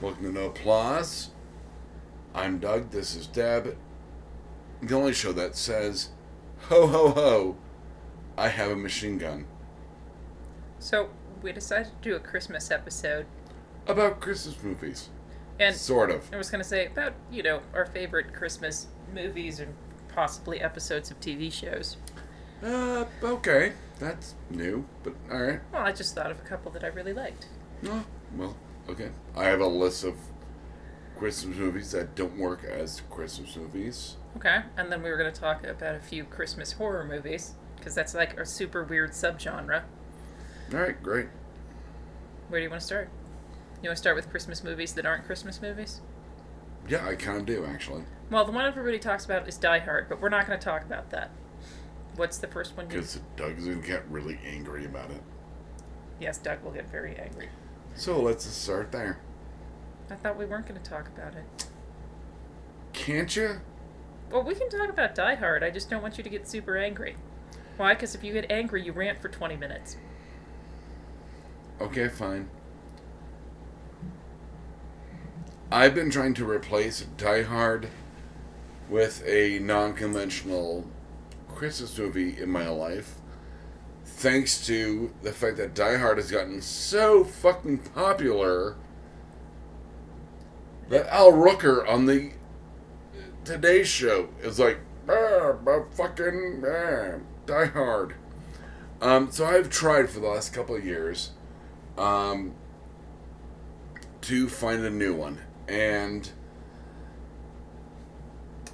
Welcome to No Applause. I'm Doug, this is Deb. The only show that says, ho ho ho, I have a machine gun. So we decided to do a Christmas episode, About Christmas movies. and sort of. I was going to say about you know our favorite Christmas movies and possibly episodes of TV shows. Uh, okay. That's new, but alright. Well, I just thought of a couple that I really liked. Oh, well, okay. I have a list of Christmas movies that don't work as Christmas movies. Okay, and then we were going to talk about a few Christmas horror movies because that's like a super weird subgenre. Alright, great. Where do you want to start? You want to start with Christmas movies that aren't Christmas movies? Yeah, I kind of do, actually. Well, the one everybody talks about is Die Hard, but we're not going to talk about that. What's the first one? You... Because Doug's going to get really angry about it. Yes, Doug will get very angry. So let's just start there. I thought we weren't going to talk about it. Can't you? Well, we can talk about Die Hard. I just don't want you to get super angry. Why? Because if you get angry, you rant for 20 minutes. Okay, fine. I've been trying to replace Die Hard with a non conventional Christmas movie in my life, thanks to the fact that Die Hard has gotten so fucking popular that Al Rooker on the Today Show is like, ah, but fucking ah, Die Hard. Um, so I've tried for the last couple of years um, to find a new one. And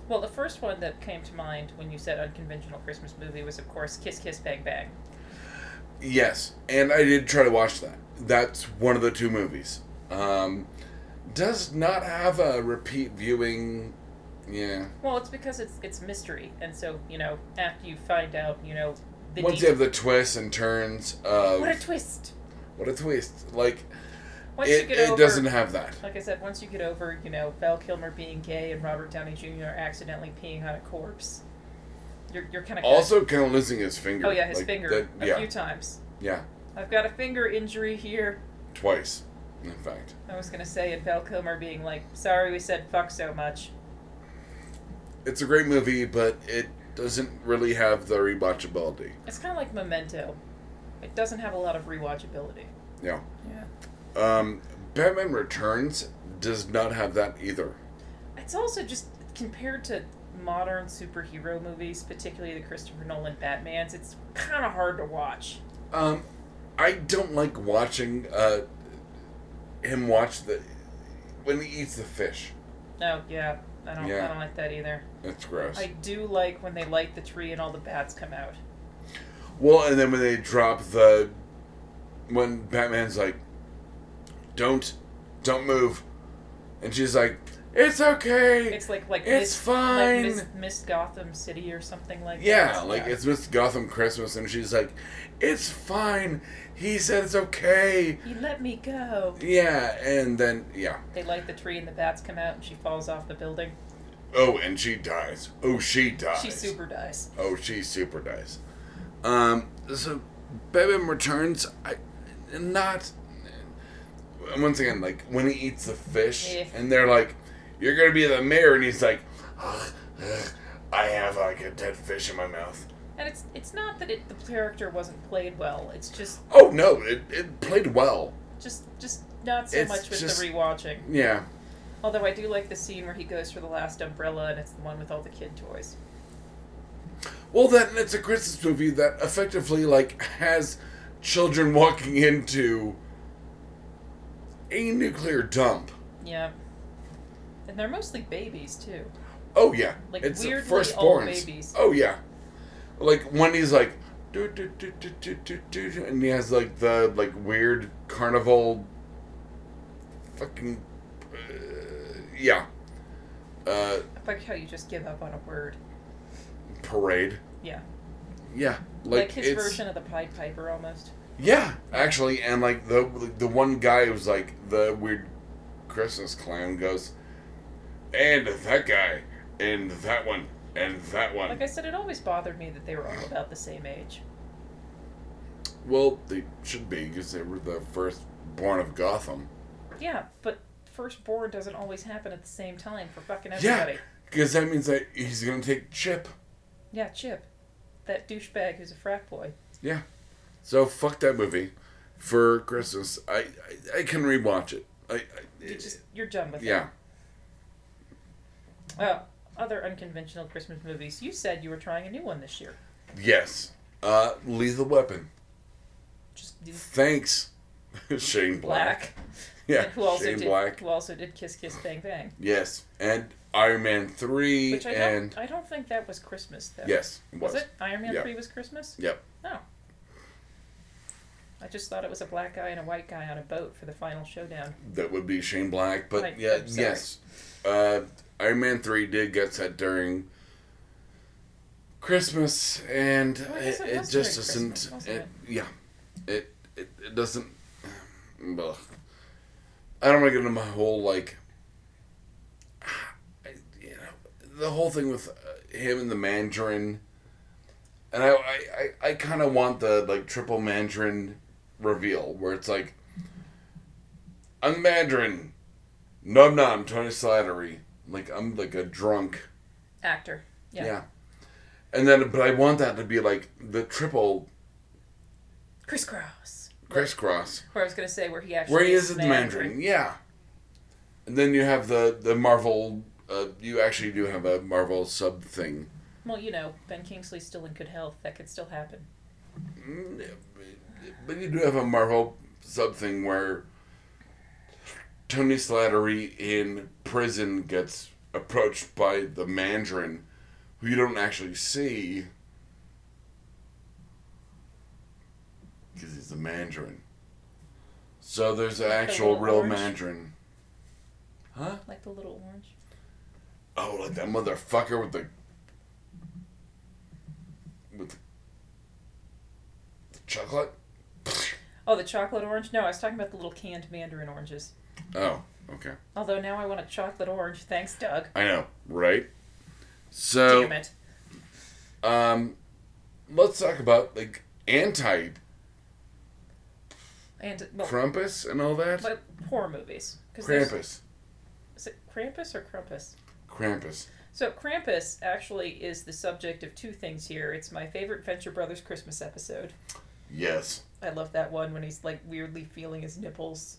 Well, the first one that came to mind when you said unconventional Christmas movie was, of course, Kiss Kiss Bang Bang. yes, and I did try to watch that. That's one of the two movies. Um, does not have a repeat viewing. Yeah. Well, it's because it's it's mystery, and so you know after you find out, you know the Once deep- you have the twists and turns of what a twist. what a twist! Like Once you it, get it over, doesn't have that. like I said, once you get over, you know Val Kilmer being gay and Robert Downey Jr. accidentally peeing on a corpse, you're you're kind of Also, kind of losing his finger. Oh yeah, his Like, finger that- a yeah, few times. yeah, I've got a finger injury here. twice, in fact. I was gonna say, and Val Kilmer being like, "Sorry, we said fuck so much." It's a great movie, but it doesn't really have the rewatchability. It's kind of like Memento. It doesn't have a lot of rewatchability. Yeah. Yeah. Um, Batman Returns does not have that either. It's also just compared to modern superhero movies, particularly the Christopher Nolan Batman's. It's kind of hard to watch. Um, I don't like watching uh, him watch the when he eats the fish. No, yeah, I don't. Yeah. I don't like that either. That's gross. I do like when they light the tree and all the bats come out. well, and then when they drop the when Batman's like, "Don't, don't move," and she's like, "It's okay." It's like like It's Miss- fine. Like Miss, Miss Gotham City or something like that. yeah, like it's Miss Gotham Christmas, and she's like, "It's fine." He said it's okay. He let me go. Yeah, and then yeah. They light the tree and the bats come out and she falls off the building. Oh, and she dies. Oh, she dies. She super dies. Oh, she super dies. Um, so Batman Returns, I not. Once again, like when he eats the fish, Yeah. and they're like, "You're gonna be the mayor," and he's like, "Ugh, ugh, "I have like a dead fish in my mouth." And it's it's not that it, the character wasn't played well. It's just Oh no, it, it played well. just just not so It's much with just- the rewatching. Yeah, Although I do like the scene where he goes for the last umbrella and it's the one with all the kid toys. Well, then it's a Christmas movie that effectively like has children walking into a nuclear dump. Yeah. And they're mostly babies too. Oh yeah, Like, it's the weirdly firstborns. all babies. Oh yeah, like when he's like, do, do, do, do, do, do, do, and he has like the like weird carnival, fucking, uh, yeah, uh, I like how you just give up on a word. parade. Yeah. Yeah, Like, like, his it's, version of the Pied Piper almost. Yeah, actually, and like the like, the one guy who's like the weird Christmas clown goes, and that guy, and that one, and that one. Like I said, it always bothered me that they were all about the same age. Well, they should be because they were the first born of Gotham. Yeah, but firstborn doesn't always happen at the same time for fucking Yeah, everybody. because that means that he's gonna take Chip. Yeah, Chip. That douchebag who's a frat boy. Yeah. So fuck that movie for Christmas. I I, I can rewatch it. I, I You just you're done with yeah. it. Oh, other unconventional Christmas movies. You said you were trying a new one this year. Yes. Uh, Lethal Weapon. Just do Thanks, Shane Black. Black. Yeah, who also Shane did Black. who also did Kiss Kiss Bang Bang. Yes, and Iron Man three Which I and don't I don't think that was Christmas though. yes, it Was, was. it? Iron Man Yeah. three was Christmas? Yep. No. I just thought it was a black guy and a white guy on a boat for the final showdown. That would be Shane Black, but Right, yeah, I'm sorry. yes. Uh, Iron Man three did get set during Christmas, and Well, I it, guess it it was just during isn't. Christmas, wasn't It, yeah, it, it it doesn't. Ugh. I don't want to get into my whole like. I, you know, the whole thing with uh, him and the Mandarin, and I I, I, I kind of want the like triple Mandarin reveal where it's like. I'm the Mandarin, num num Tony Slattery. Like I'm like a drunk. Actor. Yeah. Yeah. And then, but I want that to be like the triple Crisscross. crisscross, Where I was gonna say where he actually where he is the Mandarin. Yeah. And then you have the the Marvel. Uh, you actually do have a Marvel sub thing. Well, you know, Ben Kingsley's still in good health. That could still happen. Mm, But you do have a Marvel sub thing where Tony Slattery in prison gets approached by the Mandarin, who you don't actually see because he's the Mandarin. So there's an Like the actual little real orange? Mandarin. Huh? Like the little orange. Oh, like that motherfucker with the with the, the chocolate. Oh, the chocolate orange? No, I was talking about the little canned mandarin oranges. Oh, okay. Although now I want a chocolate orange. Thanks, Doug. I know, right? So, Damn it. um, let's talk about like anti And well, Krampus and all that. but horror movies. 'Cause there's- Krampus, Is it Krampus or Krampus? Krampus. So Krampus actually is the subject of two things here. It's my favorite Venture Brothers Christmas episode. Yes, I love that one when he's like weirdly feeling his nipples.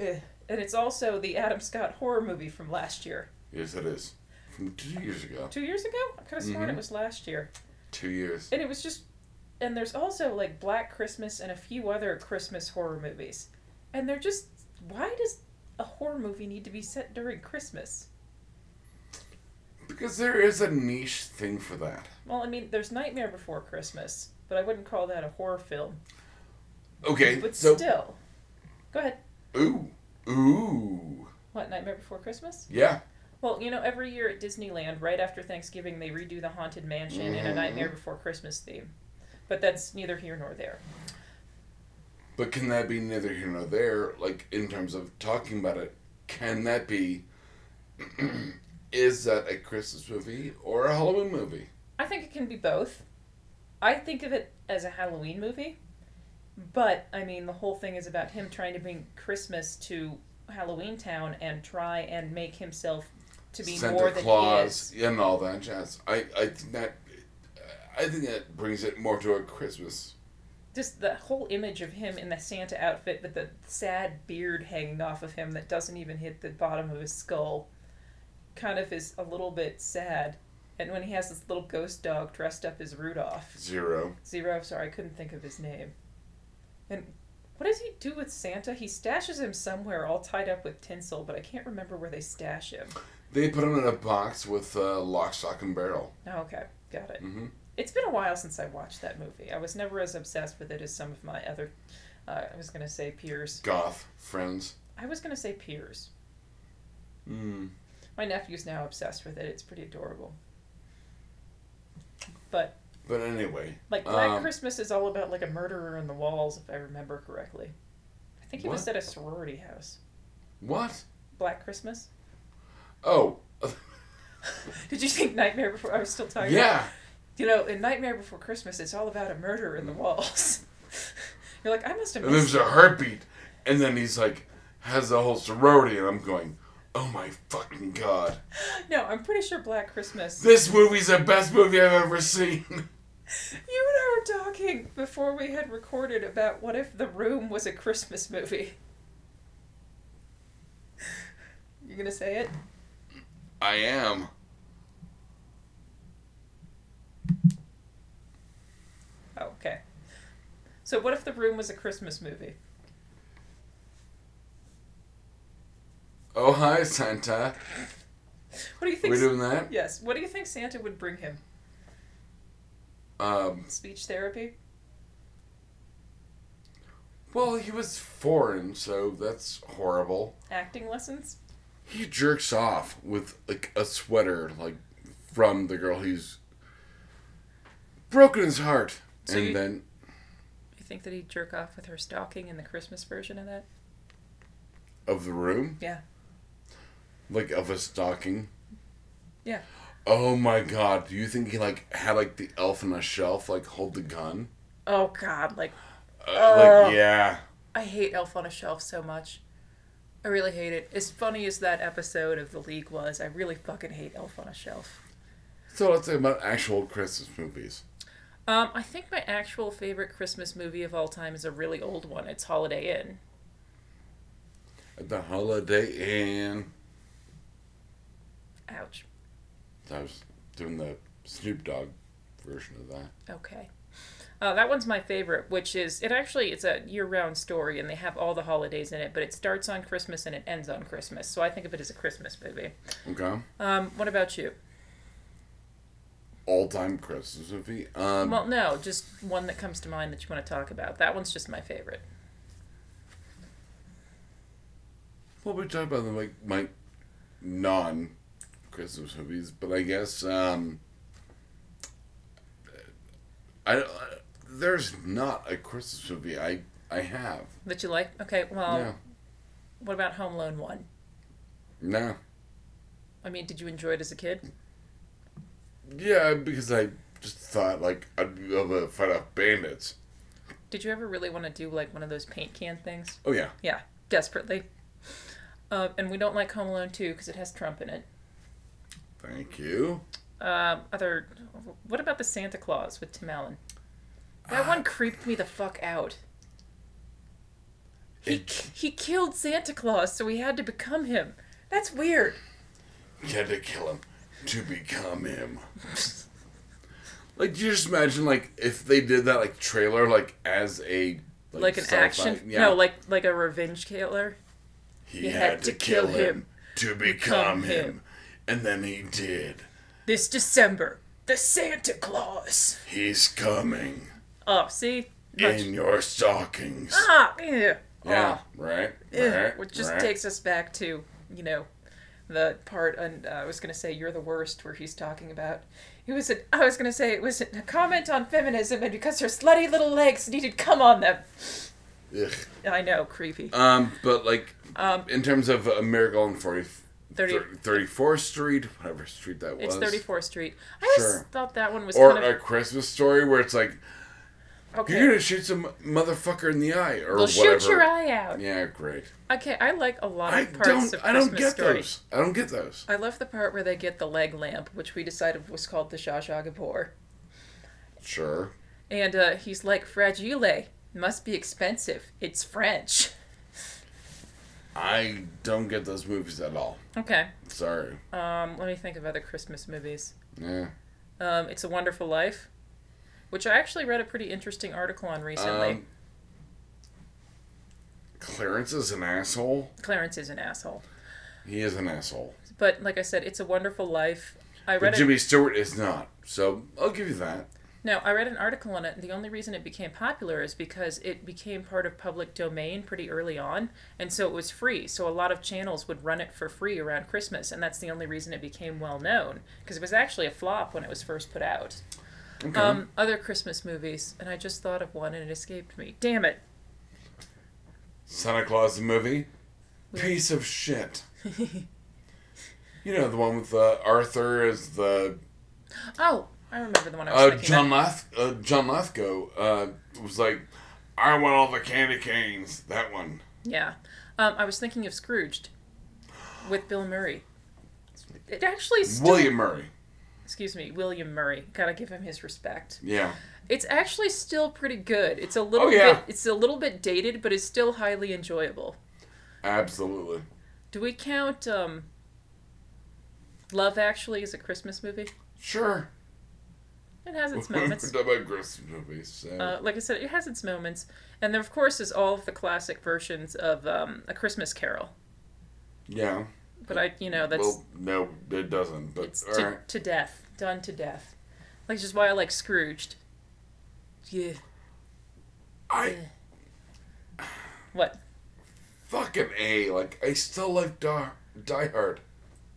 Ugh. And it's also the Adam Scott horror movie from last year. yes, it is. From two years ago, Two years ago? I could have sworn Mhm. it was last year. two years. And it was just and there's also like Black Christmas and a few other Christmas horror movies. And they're just why does a horror movie need to be set during Christmas? Because there is a niche thing for that. Well, I mean, there's Nightmare Before Christmas, but I wouldn't call that a horror film. Okay, But so still. Go ahead. ooh, ooh, What, Nightmare Before Christmas? yeah, Well, you know, every year at Disneyland, right after Thanksgiving, they redo the Haunted Mansion in a Mhm. Nightmare Before Christmas theme. But that's neither here nor there. But can that be neither here nor there? Like in terms of talking about it, can that be? is that a Christmas movie or a Halloween movie? I think it can be both. I think of it as a Halloween movie, but I mean, the whole thing is about him trying to bring Christmas to Halloween Town and try and make himself to be more than he is. and all that jazz. I I think that I think that brings it more to a Christmas. just the whole image of him in the Santa outfit with the sad beard hanging off of him that doesn't even hit the bottom of his skull kind of is a little bit sad. And when he has this little ghost dog dressed up as Rudolph. Zero. Zero, sorry, I couldn't think of his name. And what does he do with Santa? He stashes him somewhere all tied up with tinsel, but I can't remember where they stash him. They put him in a box with uh, lock, stock, and barrel. Oh, okay, got it. hmm It's been a while since I watched that movie. I was never as obsessed with it as some of my other, uh, I was going to say peers. Goth friends. I was gonna say Piers. Mm. My nephew's now obsessed with it. It's pretty adorable. But But anyway, like Black Um, Christmas is all about like a murderer in the walls, if I remember correctly. I think he was What? at a sorority house. what? Black Christmas. Oh, Did you think Nightmare Before? I was still talking. about- yeah. you know, in Nightmare Before Christmas, it's all about a murderer in the walls. You're like, I must have Mm. And there's missed. a heartbeat, and then he's like, has a whole sorority, and I'm going, oh my fucking god. No, I'm pretty sure Black Christmas. This movie's the best movie I've ever seen. You and I were talking before we had recorded about what if The Room was a Christmas movie. You gonna say it? I am. Oh, okay. So what if The Room was a Christmas movie? Oh, hi, Santa. What do you think? We doing that? Yes. What do you think Santa would bring him? Um, Speech therapy? well, he was foreign, so that's horrible. Acting lessons? He jerks off with like a sweater, like from the girl who's broken his heart, So and you- then You think that he'd jerk off with her stocking in the Christmas version of that? of the room, Yeah. like of a stocking. Yeah. Oh my God! Do you think he like had like the elf on a shelf like hold the gun? Oh god, like Uh, Oh. Like yeah, I hate Elf on a Shelf so much. I really hate it. As funny as that episode of The League was, I really fucking hate Elf on a Shelf. So let's say about actual Christmas movies. Um, I think my actual favorite Christmas movie of all time is a really old one. It's Holiday Inn. At the Holiday Inn, Ouch. I was doing the Snoop Dogg version of that. Okay. Uh, that one's my favorite, which is it actually it's a year-round story, and they have all the holidays in it. But it starts on Christmas and it ends on Christmas, so I think of it as a Christmas movie. Okay. Um, what about you? All time Christmas movie. Um, Well, no, just one that comes to mind that you want to talk about. That one's just my favorite. well, we talked about the, like my non Christmas movies, but I guess um, I, I- there's not a Christmas movie I I have. That you like? Okay, well, no, what about Home Alone 1? no. I mean, did you enjoy it as a kid? Yeah, because I just thought like I'd be able to fight off bandits. Did you ever really want to do like one of those paint can things? Oh yeah. Yeah, desperately. Uh, and we don't like Home Alone 2 because it has Trump in it. Thank you. Um, other, what about the Santa Claus with Tim Allen? That Ah. one creeped me the fuck out. He It- he killed Santa Claus, so we had to become him. That's weird. You had to kill him to become him. like, do you just imagine, like, if they did that, like, trailer, like, as a. Like an sci-fi- action, Yeah. no, like like a revenge killer. He had, to kill him, to become become him. him. And then he did. This December, the Santa Claus. He's coming Oh, see? Much- in your stockings. Ah, yeah. Yeah, right? right? Which just right. takes us back to, you know, the part, and uh, I was going to say, You're the Worst, where he's talking about. It was a, I was going to say, it was a comment on feminism, and because her slutty little legs needed come on them. Ugh. I know, creepy. Um, but, like, in terms of a miracle on 40, Um, Thirty- 34th Street, whatever street that It's was. 34th Street. I always Sure. thought that one was Or kind of. a Christmas story where it's like, okay. You're gonna shoot some motherfucker in the eye or Well, whatever. shoot your eye out. Yeah, great. Okay, I like a lot of I parts don't. of Christmas I don't get story. those. I don't get those. I love the part where they get the leg lamp, which we decided was called the Zsa Zsa Gabor. Sure. And uh, he's like, Fragile, must be expensive. It's French. I don't get those movies at all. Okay. Sorry. Um, let me think of other Christmas movies. Yeah. Um, it's a Wonderful Life, which I actually read a pretty interesting article on recently. Um, Clarence is an asshole. Clarence is an asshole. He is an asshole. But like I said, it's a Wonderful Life. I But read it. Jimmy Stewart is not. So I'll give you that. No, I read an article on it. and The only reason it became popular is because it became part of public domain pretty early on, and so it was free. So a lot of channels would run it for free around Christmas, and that's the only reason it became well known because it was actually a flop when it was first put out. Okay. Um, other Christmas movies, and I just thought of one and it escaped me. Damn it! Santa Claus the movie. Piece of shit. you know the one with uh, Arthur as the Oh, I remember the one I was Uh, thinking. John of. Lath- uh, John Lithgow uh, was like, I want all the candy canes. That one. Yeah. Um, I was thinking of Scrooged with Bill Murray. It actually still, William Murray. excuse me, William Murray. Gotta give him his respect. Yeah. It's actually still pretty good. It's a little Oh, yeah. bit it's a little bit dated, but it's still highly enjoyable. Absolutely. Do we count um, Love Actually as a Christmas movie? Sure. It has its moments. About Christmas movies. So. Uh, like I said, it has its moments, and there of course is all of the classic versions of um, A Christmas Carol. yeah. But I, you know, that's Well, no, it doesn't. But it's all to, right. to death, done to death. Like which is why I like Scrooged. Yeah. I What? fucking a like. I still like Die, Die Hard.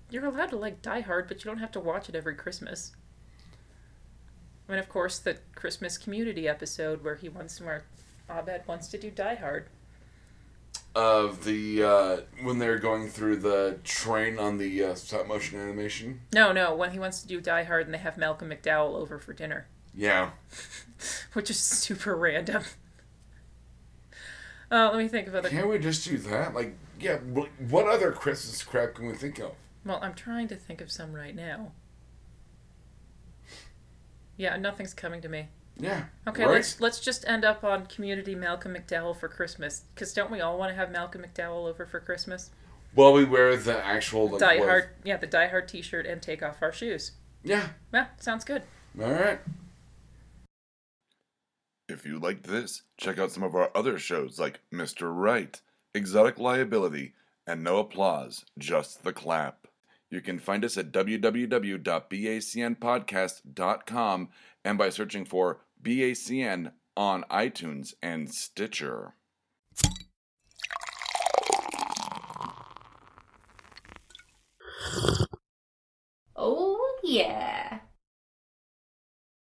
You're allowed to like Die Hard, but you don't have to watch it every Christmas. I mean, of course, the Christmas Community episode where he wants where Abed wants to do Die Hard. Of the uh, when they're going through the train on the uh, stop motion animation. No, no, when he wants to do Die Hard and they have Malcolm McDowell over for dinner, Yeah. which is super random. Uh, let me think of other. Can't we just do that? Like, yeah. wh- What other Christmas crap can we think of? Well, I'm trying to think of some right now. Yeah, nothing's coming to me. Yeah. Okay, Right? let's let's just end up on community Malcolm McDowell for Christmas, because don't we all want to have Malcolm McDowell over for Christmas? Well, we wear the actual like, Die what- Hard, yeah, the Die Hard T-shirt and take off our shoes. Yeah. Yeah, sounds good. All right. If you liked this, check out some of our other shows like Mr. Right, Exotic Liability, and No Applause, Just the Clap. You can find us at www.bacnpodcast.com and by searching for BACN on iTunes and Stitcher. Oh, yeah.